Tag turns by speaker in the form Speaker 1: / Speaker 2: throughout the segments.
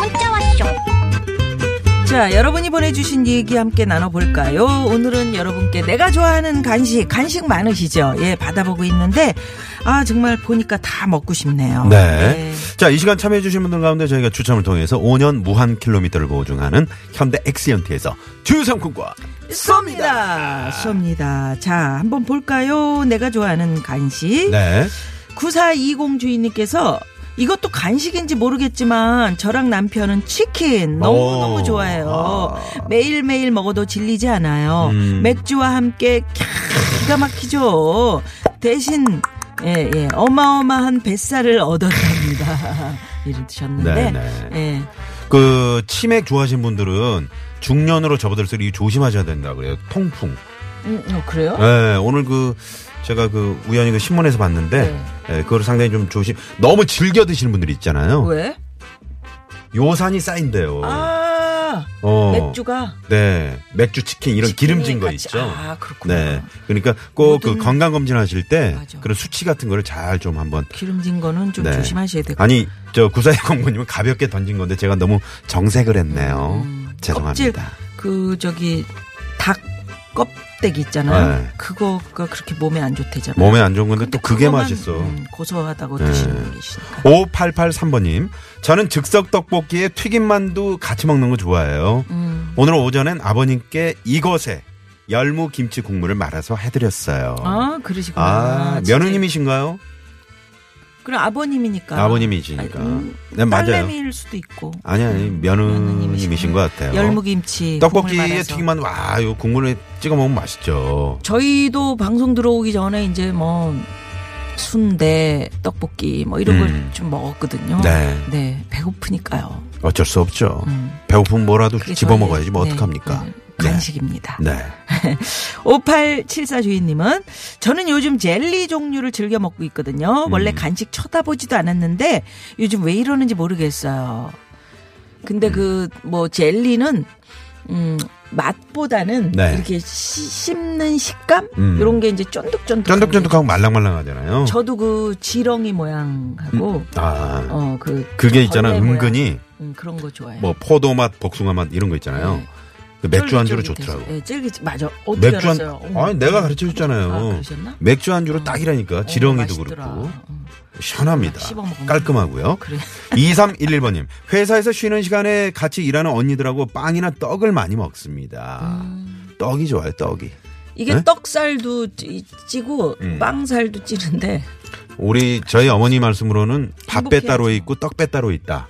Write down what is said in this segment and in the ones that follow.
Speaker 1: 문자 왔쇼
Speaker 2: 자, 여러분이 보내주신 얘기 함께 나눠볼까요? 오늘은 여러분께 내가 좋아하는 간식, 간식 많으시죠? 예, 받아보고 있는데, 아, 정말 보니까 다 먹고 싶네요.
Speaker 3: 네. 자, 이 시간 참여해주신 분들 가운데 저희가 추첨을 통해서 5년 무한 킬로미터를 보증하는 현대 엑시언티에서 주유상품과
Speaker 2: 쏩니다. 쏩니다. 자, 한번 볼까요? 내가 좋아하는 간식.
Speaker 3: 네.
Speaker 2: 9420 주인님께서 이것도 간식인지 모르겠지만 저랑 남편은 치킨 너무너무
Speaker 3: 오.
Speaker 2: 좋아해요.
Speaker 3: 어. 아.
Speaker 2: 매일매일 먹어도 질리지 않아요.
Speaker 3: 음.
Speaker 2: 맥주와 함께 기가 막히죠. 대신 예, 예, 어마어마한 뱃살을 얻었답니다. 이러셨는데
Speaker 3: 네,
Speaker 2: 예.
Speaker 3: 그 치맥 좋아하신 분들은 중년으로 접어들수록 이 조심하셔야 된다 그래요. 통풍.
Speaker 2: 음, 어, 그래요?
Speaker 3: 예, 오늘 그 제가 그 우연히 그 신문에서
Speaker 2: 네.
Speaker 3: 봤는데 예, 그거를 상당히 좀 조심. 너무 즐겨 드시는 분들 있잖아요.
Speaker 2: 왜?
Speaker 3: 요산이 쌓인대요.
Speaker 2: 아,
Speaker 3: 어.
Speaker 2: 맥주가
Speaker 3: 네. 맥주 치킨 이런
Speaker 2: 치킨이
Speaker 3: 기름진 거
Speaker 2: 같이-
Speaker 3: 있죠.
Speaker 2: 아, 그렇구나.
Speaker 3: 네. 그러니까 꼭 그
Speaker 2: 모든-
Speaker 3: 건강 검진하실 때
Speaker 2: 맞아.
Speaker 3: 그런 수치 같은 거를 잘 좀 한번
Speaker 2: 기름진 거는 좀
Speaker 3: 네.
Speaker 2: 조심하셔야 되고.
Speaker 3: 아니 저 구사의 공부님은 가볍게 던진 건데 제가 너무 정색을 했네요. 죄송합니다.
Speaker 2: 음, 껍질 그 저기 닭 껍데기 있잖아요.
Speaker 3: 네.
Speaker 2: 그거가 그렇게 몸에 안 좋대잖아요.
Speaker 3: 몸에 안 좋은 건데 또 그게
Speaker 2: 그거만,
Speaker 3: 맛있어.
Speaker 2: 음, 고소하다고
Speaker 3: 네.
Speaker 2: 드시는 분 계시니까.
Speaker 3: 5883번님, 저는 즉석 떡볶이에 튀김만두 같이 먹는 거 좋아해요.
Speaker 2: 음.
Speaker 3: 오늘 오전엔 아버님께 이것에 열무 김치 국물을 말아서 해드렸어요.
Speaker 2: 아 그러시구나.
Speaker 3: 아,
Speaker 2: 진짜.
Speaker 3: 며느님이신가요?
Speaker 2: 그럼 아버님이니까. 음,
Speaker 3: 아버님이시니까. 네, 맞아요.
Speaker 2: 딸내미일 수도 있고.
Speaker 3: 아니 아니 며느님이신 것 같아요.
Speaker 2: 음, 열무김치. 국물
Speaker 3: 떡볶이에
Speaker 2: 말아서.
Speaker 3: 튀김만 와, 요 국물에 찍어 먹으면 맛있죠.
Speaker 2: 저희도 방송 들어오기 전에 이제 뭐 순대 떡볶이 뭐 이런
Speaker 3: 음.
Speaker 2: 걸 좀 먹었거든요.
Speaker 3: 네.
Speaker 2: 네, 배고프니까요.
Speaker 3: 어쩔 수 없죠.
Speaker 2: 음.
Speaker 3: 배고프면 뭐라도
Speaker 2: 그게
Speaker 3: 집어
Speaker 2: 저희-
Speaker 3: 먹어야지 뭐
Speaker 2: 네,
Speaker 3: 어떡합니까?
Speaker 2: 네,
Speaker 3: 네.
Speaker 2: 간식입니다.
Speaker 3: 네.
Speaker 2: 5874 주인님은 저는 요즘 젤리 종류를 즐겨 먹고 있거든요.
Speaker 3: 음.
Speaker 2: 원래 간식 쳐다보지도 않았는데 요즘 왜 이러는지 모르겠어요.
Speaker 3: 음.
Speaker 2: 근데 그 뭐 젤리는 음 맛보다는
Speaker 3: 네.
Speaker 2: 이렇게 씹- 씹는 식감
Speaker 3: 음.
Speaker 2: 이런 게 이제 쫀득쫀득.
Speaker 3: 쫀득쫀득하고 말랑말랑하잖아요.
Speaker 2: 저도 그 지렁이 모양하고
Speaker 3: 아,
Speaker 2: 어그 음,
Speaker 3: 그게 있잖아. 은근히
Speaker 2: 그런 거 좋아해요.
Speaker 3: 뭐 포도 맛, 복숭아 맛 이런 거 있잖아요.
Speaker 2: 네.
Speaker 3: 그 맥주 안주로
Speaker 2: 쫄깃쫄깃해서.
Speaker 3: 좋더라고.
Speaker 2: 예, 쫄깃 맞아. 어떻게
Speaker 3: 맥주 안,
Speaker 2: 알았어요?
Speaker 3: 아니 내가 가르쳐
Speaker 2: 아,
Speaker 3: 줬잖아요.
Speaker 2: 그러셨나?
Speaker 3: 맥주 안주로 딱이라니까. 지렁이도 그렇고. 시원합니다.
Speaker 2: 막 씹어 먹으면.
Speaker 3: 깔끔하고요.
Speaker 2: 그래.
Speaker 3: 2311번님, 회사에서 쉬는 시간에 같이 일하는 언니들하고 빵이나 떡을 많이 먹습니다.
Speaker 2: 음.
Speaker 3: 떡이 좋아요, 떡이.
Speaker 2: 이게
Speaker 3: 네? 음.
Speaker 2: 떡살도 찌- 찌고 빵살도 찌는데
Speaker 3: 우리 저희 어머니 말씀으로는 밥배
Speaker 2: 행복해야죠.
Speaker 3: 따로 있고 떡배 따로 있다.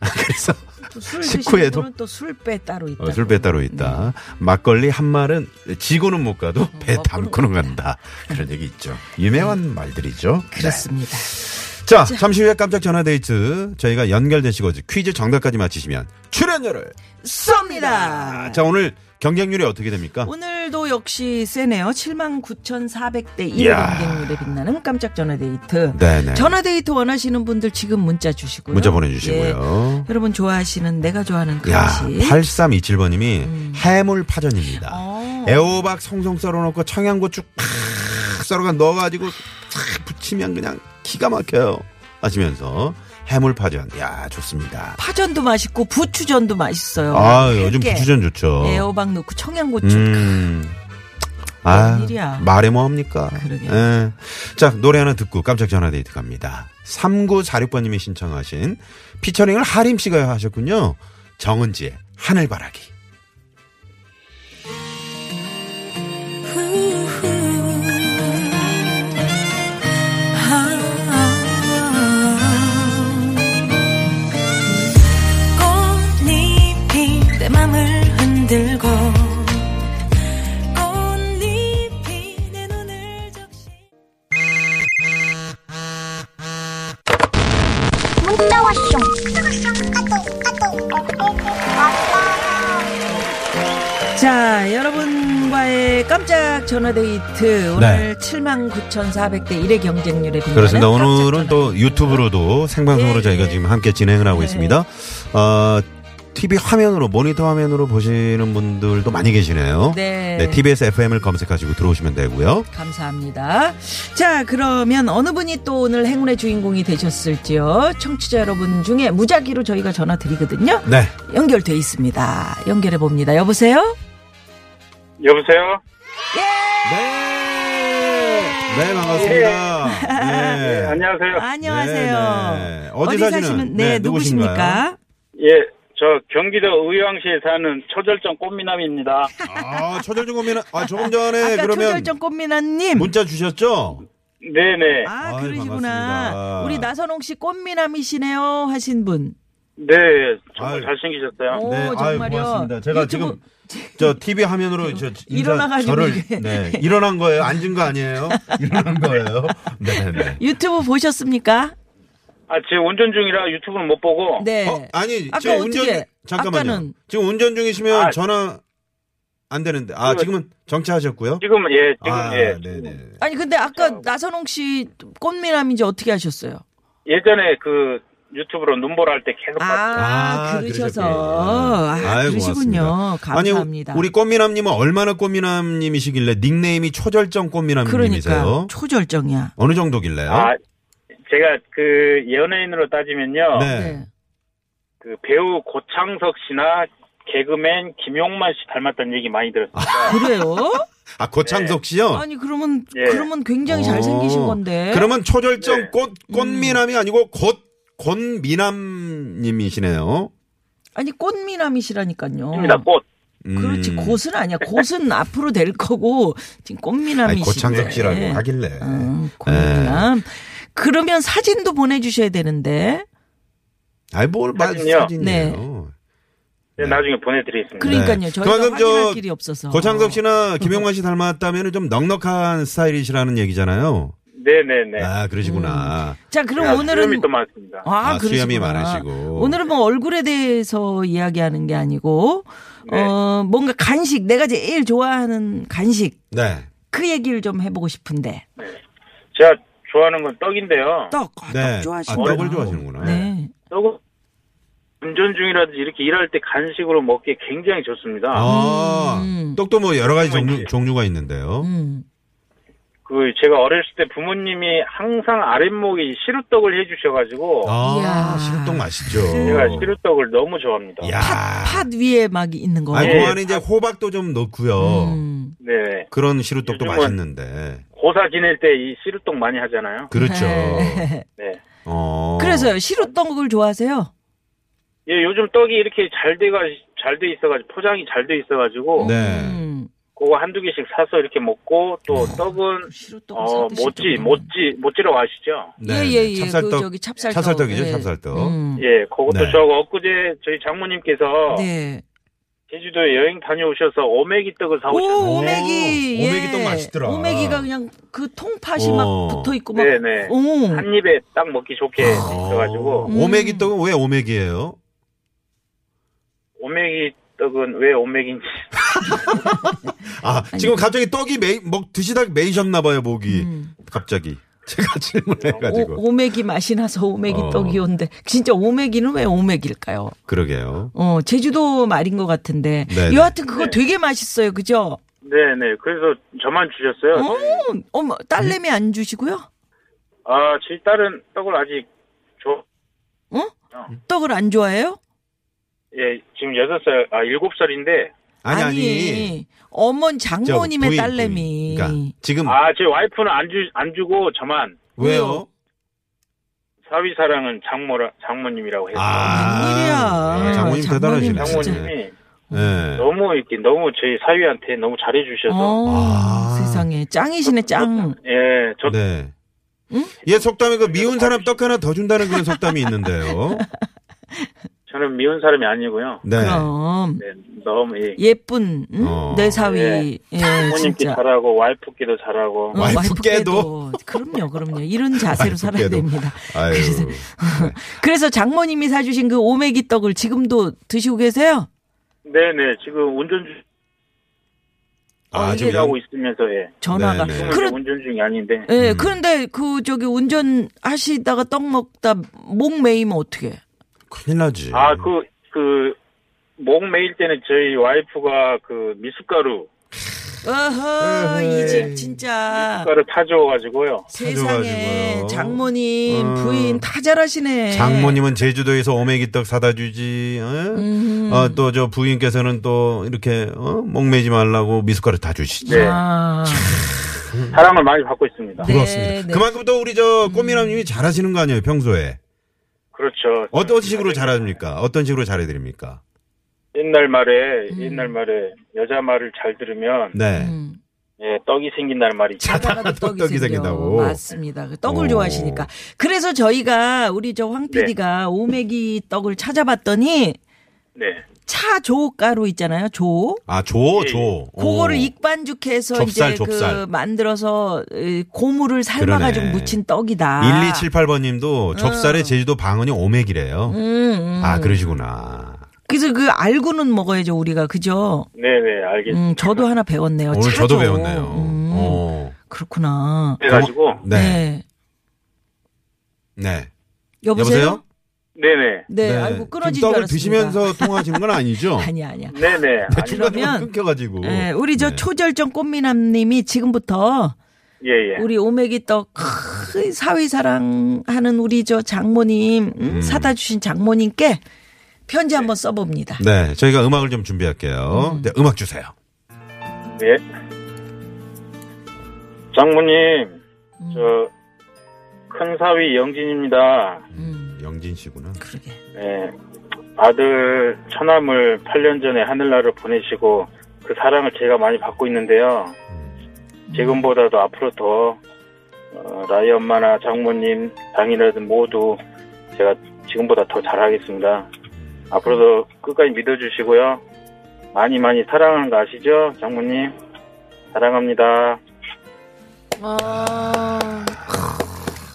Speaker 3: 그래서
Speaker 2: 또술
Speaker 3: 식후에도?
Speaker 2: 식후에도 또술배 따로 음, 있다.
Speaker 3: 어, 술배 따로 있다.
Speaker 2: 네.
Speaker 3: 막걸리 한 말은 지고는 못 가도 배
Speaker 2: 먹고는
Speaker 3: 담고는 간다. 그런 얘기 있죠. 유명한 말들이죠.
Speaker 2: 네. 그렇습니다.
Speaker 3: 네. 자, 잠시 후에 깜짝 전화 데이트 저희가 연결되시고 퀴즈 정답까지 맞히시면 출연료를. 아,
Speaker 2: 쏩니다.
Speaker 3: 자, 오늘 경쟁률이 어떻게 됩니까?
Speaker 2: 오늘도 역시 세네요. 79,400대 1
Speaker 3: 이야.
Speaker 2: 경쟁률에 빛나는 깜짝 전화 데이트.
Speaker 3: 네네.
Speaker 2: 전화 데이트 원하시는 분들 지금 문자 주시고요.
Speaker 3: 문자
Speaker 2: 예.
Speaker 3: 보내주시고요.
Speaker 2: 여러분 좋아하시는 내가 좋아하는
Speaker 3: 야,
Speaker 2: 간식.
Speaker 3: 8327번님이 해물
Speaker 2: 음.
Speaker 3: 파전입니다.
Speaker 2: 어.
Speaker 3: 애호박 송송 썰어놓고 청양고추 팍 썰어가 넣어가지고 탁 부치면 그냥 기가 막혀요. 하시면서 해물 파전. 야, 좋습니다.
Speaker 2: 파전도 맛있고 부추전도 맛있어요.
Speaker 3: 아, 요즘
Speaker 2: 얇게
Speaker 3: 부추전 좋죠.
Speaker 2: 애호박 넣고 청양고추
Speaker 3: 음. 아,
Speaker 2: 웬일이야.
Speaker 3: 말해 뭐 합니까?
Speaker 2: 그러게.
Speaker 3: 예. 자, 노래 하나 듣고 깜짝 전화 데이트 갑니다. 3946번님이 신청하신 피처링을 하림 씨가 하셨군요. 정은지의 하늘바라기.
Speaker 4: 꽃잎이 내 맘을 흔들고 꽃잎이 내 눈을 적시
Speaker 1: 문자 왔쇼 까똑 까똑
Speaker 2: 자, 여러분 여러분과의 깜짝 전화데이트 오늘 79,400대 1의 경쟁률에 비하는
Speaker 3: 네. 그렇습니다. 오늘은
Speaker 2: 네, 깜짝
Speaker 3: 또 유튜브로도 생방송으로
Speaker 2: 예,
Speaker 3: 저희가
Speaker 2: 예.
Speaker 3: 지금 함께 진행을 하고
Speaker 2: 네.
Speaker 3: 있습니다. 어, TV 화면으로, 모니터 화면으로 보시는 분들도 많이 계시네요.
Speaker 2: 네.
Speaker 3: TBS FM을 검색하시고 들어오시면 되고요.
Speaker 2: 감사합니다. 자, 그러면 어느 분이 또 오늘 행운의 주인공이 되셨을지요? 청취자 여러분 중에 무작위로 저희가 전화 드리거든요.
Speaker 3: 네.
Speaker 2: 연결돼 있습니다. 연결해 봅니다. 여보세요?
Speaker 5: 여보세요?
Speaker 3: 네. 네, 반갑습니다. 네.
Speaker 5: 안녕하세요.
Speaker 2: 아. 안녕하세요.
Speaker 3: 네, 네. 어디 사시는-
Speaker 2: 네,
Speaker 3: 네,
Speaker 2: 누구십니까?
Speaker 3: 누구신가요?
Speaker 5: 예, 저 경기도 의왕시에 사는 초절정 꽃미남입니다.
Speaker 3: 아, 초절정 고민은, 아, 조금 전에
Speaker 2: 아까
Speaker 3: 그러면
Speaker 2: 초절정 꽃미남님.
Speaker 3: 문자 주셨죠?
Speaker 5: 네네.
Speaker 2: 아,
Speaker 3: 아유,
Speaker 2: 그러시구나.
Speaker 3: 반갑습니다.
Speaker 2: 우리 나선홍 씨 꽃미남이시네요 하신 분.
Speaker 5: 네, 정말
Speaker 3: 아유.
Speaker 5: 잘생기셨어요.
Speaker 2: 오,
Speaker 3: 네, 아유,
Speaker 2: 정말요.
Speaker 3: 고맙습니다. 제가
Speaker 2: 유튜브-
Speaker 3: 지금 저 TV 화면으로 저 인사-
Speaker 2: 일어나가지고
Speaker 3: 저를
Speaker 2: 이게.
Speaker 3: 네, 일어난 거예요. 앉은 거 아니에요? 일어난 거예요. 네, 네.
Speaker 2: 유튜브 보셨습니까?
Speaker 5: 아, 지금 운전 중이라 유튜브는 못 보고.
Speaker 2: 네.
Speaker 3: 어, 아니,
Speaker 2: 아까
Speaker 3: 제 운전
Speaker 2: 어떻게,
Speaker 3: 잠깐만요.
Speaker 2: 아까는-
Speaker 3: 지금 운전 중이시면
Speaker 5: 아.
Speaker 3: 전화 안 되는데. 아,
Speaker 5: 그거-
Speaker 3: 지금은 정차하셨고요.
Speaker 5: 지금, 예, 지금,
Speaker 3: 아,
Speaker 5: 예.
Speaker 3: 네, 네.
Speaker 2: 아니 근데 아까 나선홍 씨 꽃미남인지 어떻게 아셨어요?
Speaker 5: 예전에 그 유튜브로 눈보라 할 때 계속 봤어요.
Speaker 2: 아, 그러셔서 아,
Speaker 3: 아유,
Speaker 2: 그러시군요.
Speaker 3: 고맙습니다.
Speaker 2: 감사합니다.
Speaker 3: 아니, 우리 꽃미남님은 얼마나 꽃미남님이시길래 닉네임이 초절정 꽃미남님이세요?
Speaker 2: 그러니까 초절정이야.
Speaker 3: 어느 정도길래요?
Speaker 5: 아, 제가 그 연예인으로 따지면요.
Speaker 3: 네.
Speaker 2: 네.
Speaker 5: 그 배우 고창석 씨나 개그맨 김용만 씨 닮았다는 얘기 많이 들었습니다.
Speaker 2: 그래요?
Speaker 3: 아, 고창석 씨요?
Speaker 2: 아니 그러면
Speaker 5: 예.
Speaker 2: 그러면 굉장히 잘 생기신
Speaker 3: 어.
Speaker 2: 건데. 음.
Speaker 3: 그러면 초절정
Speaker 5: 네.
Speaker 3: 꽃, 꽃미남이 아니고 곧, 곧미남님이시네요.
Speaker 2: 아니 꽃미남이시라니까요.
Speaker 5: 입니다 꽃.
Speaker 3: 음.
Speaker 2: 그렇지 곧은 아니야. 곧은 앞으로 될 거고 지금
Speaker 3: 아니,
Speaker 2: 꽃미남이시.
Speaker 3: 고창석 씨라고
Speaker 2: 네.
Speaker 3: 하길래.
Speaker 2: 음, 꽃미남. 그러면 사진도 보내주셔야 되는데.
Speaker 3: 아이, 뭘, 말,
Speaker 5: 사진이요?
Speaker 3: 사진이에요.
Speaker 5: 네, 나중에 보내드리겠습니다.
Speaker 2: 그러니까요.
Speaker 3: 네.
Speaker 2: 저희가
Speaker 3: 그만큼 저
Speaker 2: 확인할 길이 없어서.
Speaker 3: 고창석 씨나 김용만 씨 닮았다면 좀 넉넉한 스타일이시라는 얘기잖아요.
Speaker 5: 네네네.
Speaker 3: 아, 그러시구나.
Speaker 2: 자 그럼
Speaker 5: 아,
Speaker 2: 오늘은
Speaker 5: 수염이 또 많습니다.
Speaker 3: 아,
Speaker 2: 그러시구나.
Speaker 3: 수염이 많으시고.
Speaker 2: 오늘은 뭐 얼굴에 대해서 이야기하는 게 아니고 어 뭔가 간식 내가 제일 좋아하는 간식
Speaker 3: 네.
Speaker 2: 그 얘기를 좀 해보고 싶은데
Speaker 5: 제가 좋아하는 건 떡인데요.
Speaker 2: 떡, 아,
Speaker 3: 네.
Speaker 2: 떡 좋아하시고
Speaker 3: 아, 떡을 좋아하시는구나.
Speaker 2: 네.
Speaker 5: 떡은 운전 중이라든지 이렇게 일할 때 간식으로 먹기에 굉장히 좋습니다.
Speaker 3: 아,
Speaker 2: 음.
Speaker 3: 떡도 뭐 여러 가지 종류,
Speaker 5: 있지.
Speaker 3: 종류가 있는데요.
Speaker 2: 음.
Speaker 5: 그 제가 어렸을 때 부모님이 항상 아랫목에 시루떡을 해주셔가지고
Speaker 3: 아,
Speaker 2: 이야. 네.
Speaker 3: 시루떡 맛있죠.
Speaker 5: 음. 제가 시루떡을 너무 좋아합니다.
Speaker 3: 야.
Speaker 2: 팥 위에 막 있는 거.
Speaker 3: 아니,
Speaker 5: 예.
Speaker 3: 그 안에 이제 호박도 좀 넣고요.
Speaker 2: 네. 음.
Speaker 5: 네.
Speaker 3: 그런 시루떡도
Speaker 5: 요즘은-
Speaker 3: 맛있는데.
Speaker 5: 고사 지낼 때 이 시루떡 많이 하잖아요.
Speaker 3: 그렇죠.
Speaker 5: 네.
Speaker 3: 어.
Speaker 2: 그래서요 시루떡을 좋아하세요?
Speaker 5: 예, 요즘 떡이 이렇게 잘 돼가 잘 돼 있어가지고 포장이 잘 돼 있어가지고
Speaker 3: 네.
Speaker 2: 음.
Speaker 5: 그거 한두 개씩 사서 이렇게 먹고 또
Speaker 3: 음.
Speaker 5: 떡은
Speaker 2: 시루떡
Speaker 5: 어 모찌 모찌 모찌라고 아시죠?
Speaker 3: 네,
Speaker 2: 예, 예, 예.
Speaker 3: 찹쌀떡.
Speaker 2: 그 저기 찹쌀떡.
Speaker 3: 찹쌀떡이죠,
Speaker 2: 예.
Speaker 3: 찹쌀떡.
Speaker 2: 음.
Speaker 5: 예, 그것도
Speaker 3: 네.
Speaker 5: 저 엊그제 저희 장모님께서
Speaker 2: 네.
Speaker 5: 제주도에 여행 다녀오셔서 오메기 떡을 사오셨는데
Speaker 2: 오, 오메기.
Speaker 3: 오,
Speaker 2: 예.
Speaker 3: 오메기 떡 맛있더라.
Speaker 2: 오메기가 그냥 그 통팥이
Speaker 3: 어.
Speaker 2: 막 붙어 있고 막.
Speaker 5: 네네.
Speaker 2: 오.
Speaker 5: 한 입에 딱 먹기 좋게
Speaker 3: 어,
Speaker 5: 있어가지고
Speaker 2: 음.
Speaker 3: 오메기 떡은 왜 오메기예요?
Speaker 5: 오메기 떡은 왜 오메기인지
Speaker 3: 아, 지금 갑자기 떡이 메이, 먹, 드시다 메이셨나 봐요, 목이.
Speaker 2: 그 음. 어,
Speaker 3: 갑자기. 제가 질문해 가지고.
Speaker 2: 오, 오메기 맛이 나서 오메기
Speaker 3: 어.
Speaker 2: 떡이 온데 진짜 오메기는 왜 오메기일까요?
Speaker 3: 그러게요.
Speaker 2: 어 제주도 말인 것 같은데
Speaker 3: 네네.
Speaker 2: 여하튼 그거 되게 맛있어요, 그죠?
Speaker 5: 네네 그래서 저만 주셨어요
Speaker 2: 어, 어머 딸내미 안 주시고요?
Speaker 5: 아 저희 딸은 떡을 아직 줘
Speaker 2: 떡을 안 좋아해요?
Speaker 5: 예, 지금 여섯 살, 아, 일곱 살인데,
Speaker 3: 아니 아니.
Speaker 2: 어머니
Speaker 3: 저
Speaker 2: 장모님의
Speaker 3: 부인,
Speaker 2: 딸내미.
Speaker 3: 부인. 그러니까 지금
Speaker 5: 아, 제 와이프는 안 주, 안 주고, 저만,
Speaker 3: 왜요?
Speaker 5: 사위 사랑은 장모라, 장모님이라고 해요.
Speaker 3: 아.
Speaker 2: 웬일이야.
Speaker 3: 장모님
Speaker 2: 장모님
Speaker 3: 아, 대단하시네.
Speaker 2: 장모님.
Speaker 3: 네.
Speaker 5: 장모님이
Speaker 3: 네.
Speaker 5: 너무 이렇게, 너무 저희 사위한테 너무 잘해주셔서,
Speaker 2: 어,
Speaker 3: 아.
Speaker 2: 세상에 짱이시네 짱.
Speaker 5: 예, 저,
Speaker 3: 네.
Speaker 2: 응? 아,
Speaker 3: 예, 속담에 그 미운 사람 떡 하나 더 준다는 그런 속담이 있는데요.
Speaker 5: 저는 미운 사람이 아니고요.
Speaker 3: 네.
Speaker 2: 그럼
Speaker 5: 네, 너무, 예.
Speaker 2: 예쁜 응?
Speaker 3: 어.
Speaker 2: 내 사위.
Speaker 5: 예.
Speaker 2: 예,
Speaker 5: 부모님께
Speaker 2: 진짜.
Speaker 5: 잘하고, 와이프께도 잘하고,
Speaker 2: 어,
Speaker 3: 와이프
Speaker 2: 와이프께도. 그럼요, 그럼요. 이런 자세로
Speaker 3: 와이프께도.
Speaker 2: 살아야 됩니다.
Speaker 3: 아유.
Speaker 2: 그래서- 그래서 장모님이 사주신 그 오메기 떡을 지금도 드시고 계세요?
Speaker 5: 네네, 지금 운전 중,
Speaker 2: 어,
Speaker 3: 아, 지금
Speaker 5: 일하고 있으면서 예.
Speaker 2: 전화가.
Speaker 3: 네, 음. 네.
Speaker 5: 지금은
Speaker 2: 그런
Speaker 5: 운전 중이 아닌데
Speaker 2: 예, 그런데 그 저기 운전 하시다가 떡 먹다 목 메이면 어떻게?
Speaker 3: 큰일 나지.
Speaker 5: 아 그 그 목 메일 때는 저희 와이프가 그 미숫가루
Speaker 2: 어허
Speaker 3: 에헤이.
Speaker 2: 이 집 진짜
Speaker 5: 가루 타줘가지고요.
Speaker 2: 세상에
Speaker 3: 사줘가지고요.
Speaker 2: 장모님
Speaker 3: 어.
Speaker 2: 부인 다 잘하시네.
Speaker 3: 장모님은 제주도에서 오메기떡 사다 주지. 어?
Speaker 2: 음.
Speaker 3: 또 저 부인께서는 또 이렇게 어? 목매지 말라고 미숫가루 다 주시지.
Speaker 5: 네.
Speaker 2: 아,
Speaker 5: 사랑을 많이 받고 있습니다.
Speaker 2: 음. 네.
Speaker 3: 그렇습니다.
Speaker 2: 네.
Speaker 3: 그만큼 또 우리 저 꼬미남님이 잘하시는 거 아니에요 평소에?
Speaker 5: 그렇죠.
Speaker 3: 어떤 식으로 잘하십니까? 어떤 식으로 잘해드립니까?
Speaker 5: 옛날 말에 옛날 말에 여자 말을 잘 들으면
Speaker 3: 네.
Speaker 2: 음.
Speaker 5: 예, 떡이 생긴다는 말이 있죠.
Speaker 2: 하다가도
Speaker 3: 떡,
Speaker 2: 떡이,
Speaker 3: 떡이
Speaker 2: 생겨.
Speaker 3: 생긴다고. 어.
Speaker 2: 맞습니다. 그 떡을
Speaker 3: 오.
Speaker 2: 좋아하시니까. 그래서 저희가 우리 저 황 PD가 오메기 떡을 찾아봤더니
Speaker 5: 네.
Speaker 2: 차조 가루 있잖아요. 조.
Speaker 3: 아, 조,
Speaker 5: 예,
Speaker 3: 조.
Speaker 2: 그거를
Speaker 3: 오.
Speaker 2: 익반죽해서
Speaker 3: 좁쌀,
Speaker 2: 이제
Speaker 3: 좁쌀.
Speaker 2: 그 만들어서 에, 고무를 삶아가지고 어.
Speaker 3: 그러네.
Speaker 2: 무친 떡이다.
Speaker 3: 1278번 님도 접살에 제주도 방언이 오맥이래요.
Speaker 2: 음, 음.
Speaker 3: 아, 그러시구나.
Speaker 2: 그래서 그 알고는 먹어야죠 우리가 그죠.
Speaker 5: 네, 네, 알겠습니다.
Speaker 2: 음, 저도 하나 배웠네요.
Speaker 3: 오늘
Speaker 2: 차조.
Speaker 3: 저도 배웠네요.
Speaker 2: 음,
Speaker 3: 어.
Speaker 2: 그렇구나.
Speaker 5: 그래 가지고
Speaker 3: 네.
Speaker 2: 네.
Speaker 3: 네.
Speaker 2: 여보세요?
Speaker 3: 여보세요?
Speaker 5: 네, 네.
Speaker 2: 네,
Speaker 3: 네.
Speaker 2: 아이고 끊어진 줄
Speaker 3: 지금 떡을
Speaker 2: 알았습니다.
Speaker 3: 드시면서 통화하시는 건 아니죠?
Speaker 2: 아니 아니야.
Speaker 5: 네, 네.
Speaker 3: 네, 중간중간
Speaker 2: 그러면-
Speaker 3: 끊겨가지고.
Speaker 2: 예, 우리 저
Speaker 3: 네.
Speaker 2: 초절정 꽃미남님이 지금부터
Speaker 5: 예, 예.
Speaker 2: 우리 오메기 떡 크, 사위 사랑하는 우리 저 장모님 음, 사다 주신 장모님께 편지 한번 써봅니다.
Speaker 3: 네, 저희가 음악을 좀 준비할게요. 음. 네, 음악 주세요.
Speaker 5: 예. 장모님, 저, 큰 사위 영진입니다.
Speaker 2: 음,
Speaker 3: 영진 씨구나.
Speaker 2: 그러게.
Speaker 5: 예. 아들, 처남을 8년 전에 하늘나라로 보내시고, 그 사랑을 제가 많이 받고 있는데요.
Speaker 3: 음.
Speaker 5: 지금보다도 앞으로 더, 어, 라이 엄마나 장모님, 당이라든 모두 제가 지금보다 더 잘하겠습니다. 앞으로도 끝까지 믿어주시고요. 많이 많이 사랑하는 거 아시죠? 장모님. 사랑합니다.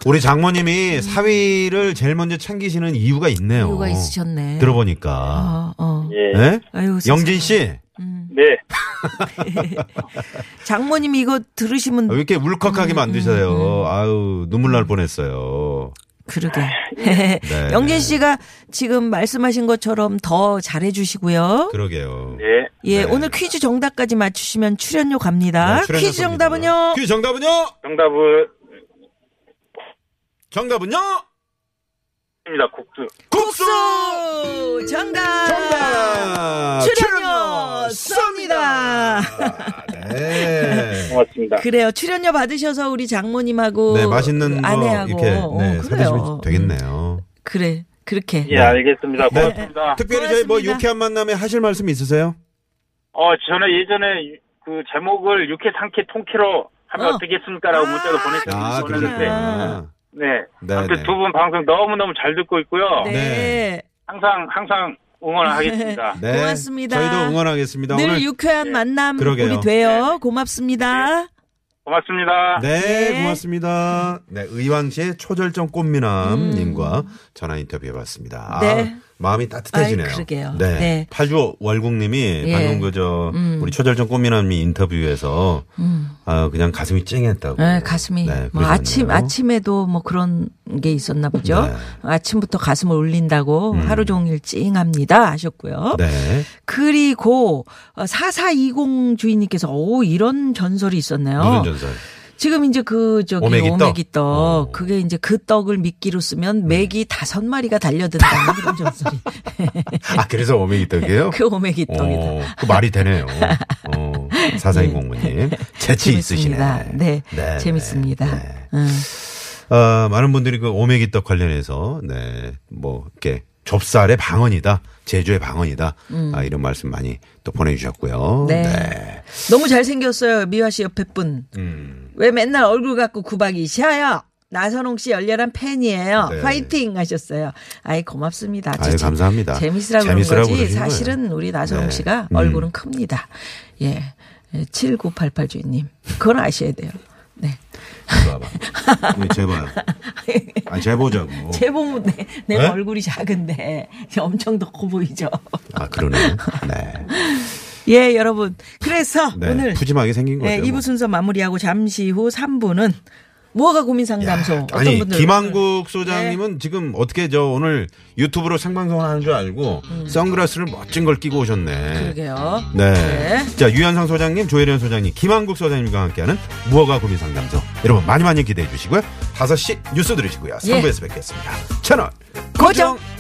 Speaker 3: 우리 장모님이 사위를 제일 먼저 챙기시는 이유가 있네요. 어.
Speaker 2: 이유가 있으셨네.
Speaker 3: 들어보니까.
Speaker 2: 어, 어.
Speaker 5: 예.
Speaker 3: 네?
Speaker 2: 아유, 세상에.
Speaker 3: 영진 씨,
Speaker 2: 음.
Speaker 5: 네.
Speaker 2: 장모님이 이거 들으시면
Speaker 3: 왜 이렇게 울컥하게
Speaker 2: 음,
Speaker 3: 만드세요? 아유, 눈물 날 뻔했어요.
Speaker 2: 그러게.
Speaker 3: 네.
Speaker 2: 영진 씨가 지금 말씀하신 것처럼 더 잘해주시고요.
Speaker 3: 그러게요.
Speaker 5: 네.
Speaker 2: 예,
Speaker 3: 네.
Speaker 2: 오늘 퀴즈 정답까지 맞추시면 출연료 갑니다.
Speaker 3: 네, 출연자
Speaker 2: 퀴즈
Speaker 3: 선물이고요.
Speaker 2: 정답은요?
Speaker 3: 퀴즈 정답은요?
Speaker 5: 정답은,
Speaker 3: 정답은요?
Speaker 5: 입니다. 국수.
Speaker 3: 국수! 네,
Speaker 2: 수! 정답!
Speaker 3: 정답!
Speaker 2: 출연료 쏩니다!
Speaker 3: 네.
Speaker 5: 고맙습니다.
Speaker 2: 그래요. 출연료 받으셔서 우리 장모님하고
Speaker 3: 네, 맛있는 거
Speaker 2: 아내하고
Speaker 3: 이렇게 네,
Speaker 2: 어,
Speaker 3: 사드시면
Speaker 2: 그래요.
Speaker 3: 되겠네요.
Speaker 2: 음, 그래. 그렇게.
Speaker 5: 예, 알겠습니다.
Speaker 2: 네.
Speaker 5: 고맙습니다.
Speaker 3: 특별히 저희 뭐
Speaker 2: 아, 고맙습니다.
Speaker 3: 유쾌한 만남에 하실 말씀 있으세요?
Speaker 5: 어, 저는 예전에 유- 그 제목을 육회 상쾌 통키로 하면
Speaker 2: 어.
Speaker 5: 어. 떻겠습니까라고
Speaker 2: 아,
Speaker 5: 문자도
Speaker 3: 아,
Speaker 5: 보내주셨는데,
Speaker 2: 그러셨구나.
Speaker 3: 그러셨구나.
Speaker 5: 네.
Speaker 3: 네,
Speaker 5: 아무튼
Speaker 3: 네.
Speaker 5: 두 분 방송 너무너무 잘 듣고 있고요.
Speaker 2: 네.
Speaker 3: 네.
Speaker 5: 항상, 항상 응원하겠습니다.
Speaker 3: 네.
Speaker 2: 고맙습니다.
Speaker 3: 저희도 응원하겠습니다.
Speaker 2: 늘
Speaker 3: 오늘
Speaker 2: 유쾌한 만남
Speaker 3: 그러게요.
Speaker 2: 우리 돼요. 고맙습니다.
Speaker 5: 고맙습니다.
Speaker 3: 네,
Speaker 2: 네.
Speaker 3: 고맙습니다. 네, 의왕시의 초절정 꽃미남님과 전화 인터뷰해봤습니다.
Speaker 2: 음. 네.
Speaker 3: 아, 마음이 따뜻해지네요.
Speaker 2: 아이, 그러게요.
Speaker 3: 네.
Speaker 2: 네.
Speaker 3: 파주 월국님이
Speaker 2: 예.
Speaker 3: 방금 그저 우리 초절정 꽃미남이 인터뷰에서 아, 그냥 가슴이 찡했다고.
Speaker 2: 음. 네, 가슴이
Speaker 3: 네,
Speaker 2: 뭐
Speaker 3: 그러셨네요.
Speaker 2: 아침 아침에도 뭐 그런 게 있었나 보죠.
Speaker 3: 네. 음.
Speaker 2: 아침부터 가슴을 울린다고 하루 종일 찡합니다 하셨고요.
Speaker 3: 네.
Speaker 2: 그리고 4420 주인님께서 오 이런 전설이 있었네요.
Speaker 3: 무슨 전설?
Speaker 2: 지금 이제 그 저기
Speaker 3: 오메기 떡? 어.
Speaker 2: 오메기 떡
Speaker 3: 오.
Speaker 2: 그게 이제 그 떡을 미끼로 쓰면
Speaker 3: 네.
Speaker 2: 메기 다섯 마리가 달려든다는 뭐 그런 전설이
Speaker 3: 아, 그래서 오메기 떡이에요?
Speaker 2: 그 오메기 떡이다.
Speaker 3: 어, 그 말이 되네요. 어, 사사인 공무님 재치 있으시네.
Speaker 2: 네. 재밌습니다. 네, 재밌습니다.
Speaker 3: 네.
Speaker 2: 음.
Speaker 3: 아, 많은 분들이 그 오메기 떡 관련해서 네, 뭐 이렇게 좁쌀의 방언이다, 제주의 방언이다 아, 이런 말씀 많이 또 보내주셨고요.
Speaker 2: 음. 네. 너무 잘생겼어요. 미화 씨 옆에 분.
Speaker 3: 음.
Speaker 2: 왜 맨날 얼굴 갖고 구박이 샤요? 나선홍 씨 열렬한 팬이에요.
Speaker 3: 네.
Speaker 2: 화이팅 하셨어요. 아이 고맙습니다.
Speaker 3: 아유,
Speaker 2: 저 재-
Speaker 3: 감사합니다.
Speaker 2: 재밌으라고 그런
Speaker 3: 재밌으라고
Speaker 2: 거지.
Speaker 3: 그러신
Speaker 2: 사실은
Speaker 3: 거예요.
Speaker 2: 우리 나선홍
Speaker 3: 네.
Speaker 2: 씨가
Speaker 3: 음.
Speaker 2: 얼굴은 큽니다. 예. 7988 주인님. 그건 아셔야 돼요. 네.
Speaker 3: 봐봐. 네, 제발. 아, 재보자고.
Speaker 2: 제보면 내, 내
Speaker 3: 네?
Speaker 2: 얼굴이 작은데 엄청 더 커 보이죠.
Speaker 3: 아, 그러네. 네.
Speaker 2: 예, 여러분. 그래서
Speaker 3: 네,
Speaker 2: 오늘
Speaker 3: 푸짐하게 생긴 거죠.
Speaker 2: 네,
Speaker 3: 뭐.
Speaker 2: 2부 순서 마무리하고 잠시 후 3부는 무허가 고민 상담소
Speaker 3: 야,
Speaker 2: 어떤 네.
Speaker 3: 아니
Speaker 2: 분들
Speaker 3: 김한국 소장님은 지금 어떻게 저 오늘 유튜브로 생방송을 하는 줄 알고 선글라스를 멋진 걸 끼고 오셨네.
Speaker 2: 음. 그러게요.
Speaker 3: 네.
Speaker 2: 네.
Speaker 3: 자 유현상 소장님, 조혜련 소장님, 김한국 소장님과 함께하는 무허가 고민 상담소 여러분 많이 많이 기대해 주시고요. 5시 뉴스 들으시고요. 3부에서 뵙겠습니다. 채널
Speaker 2: 예. 고정.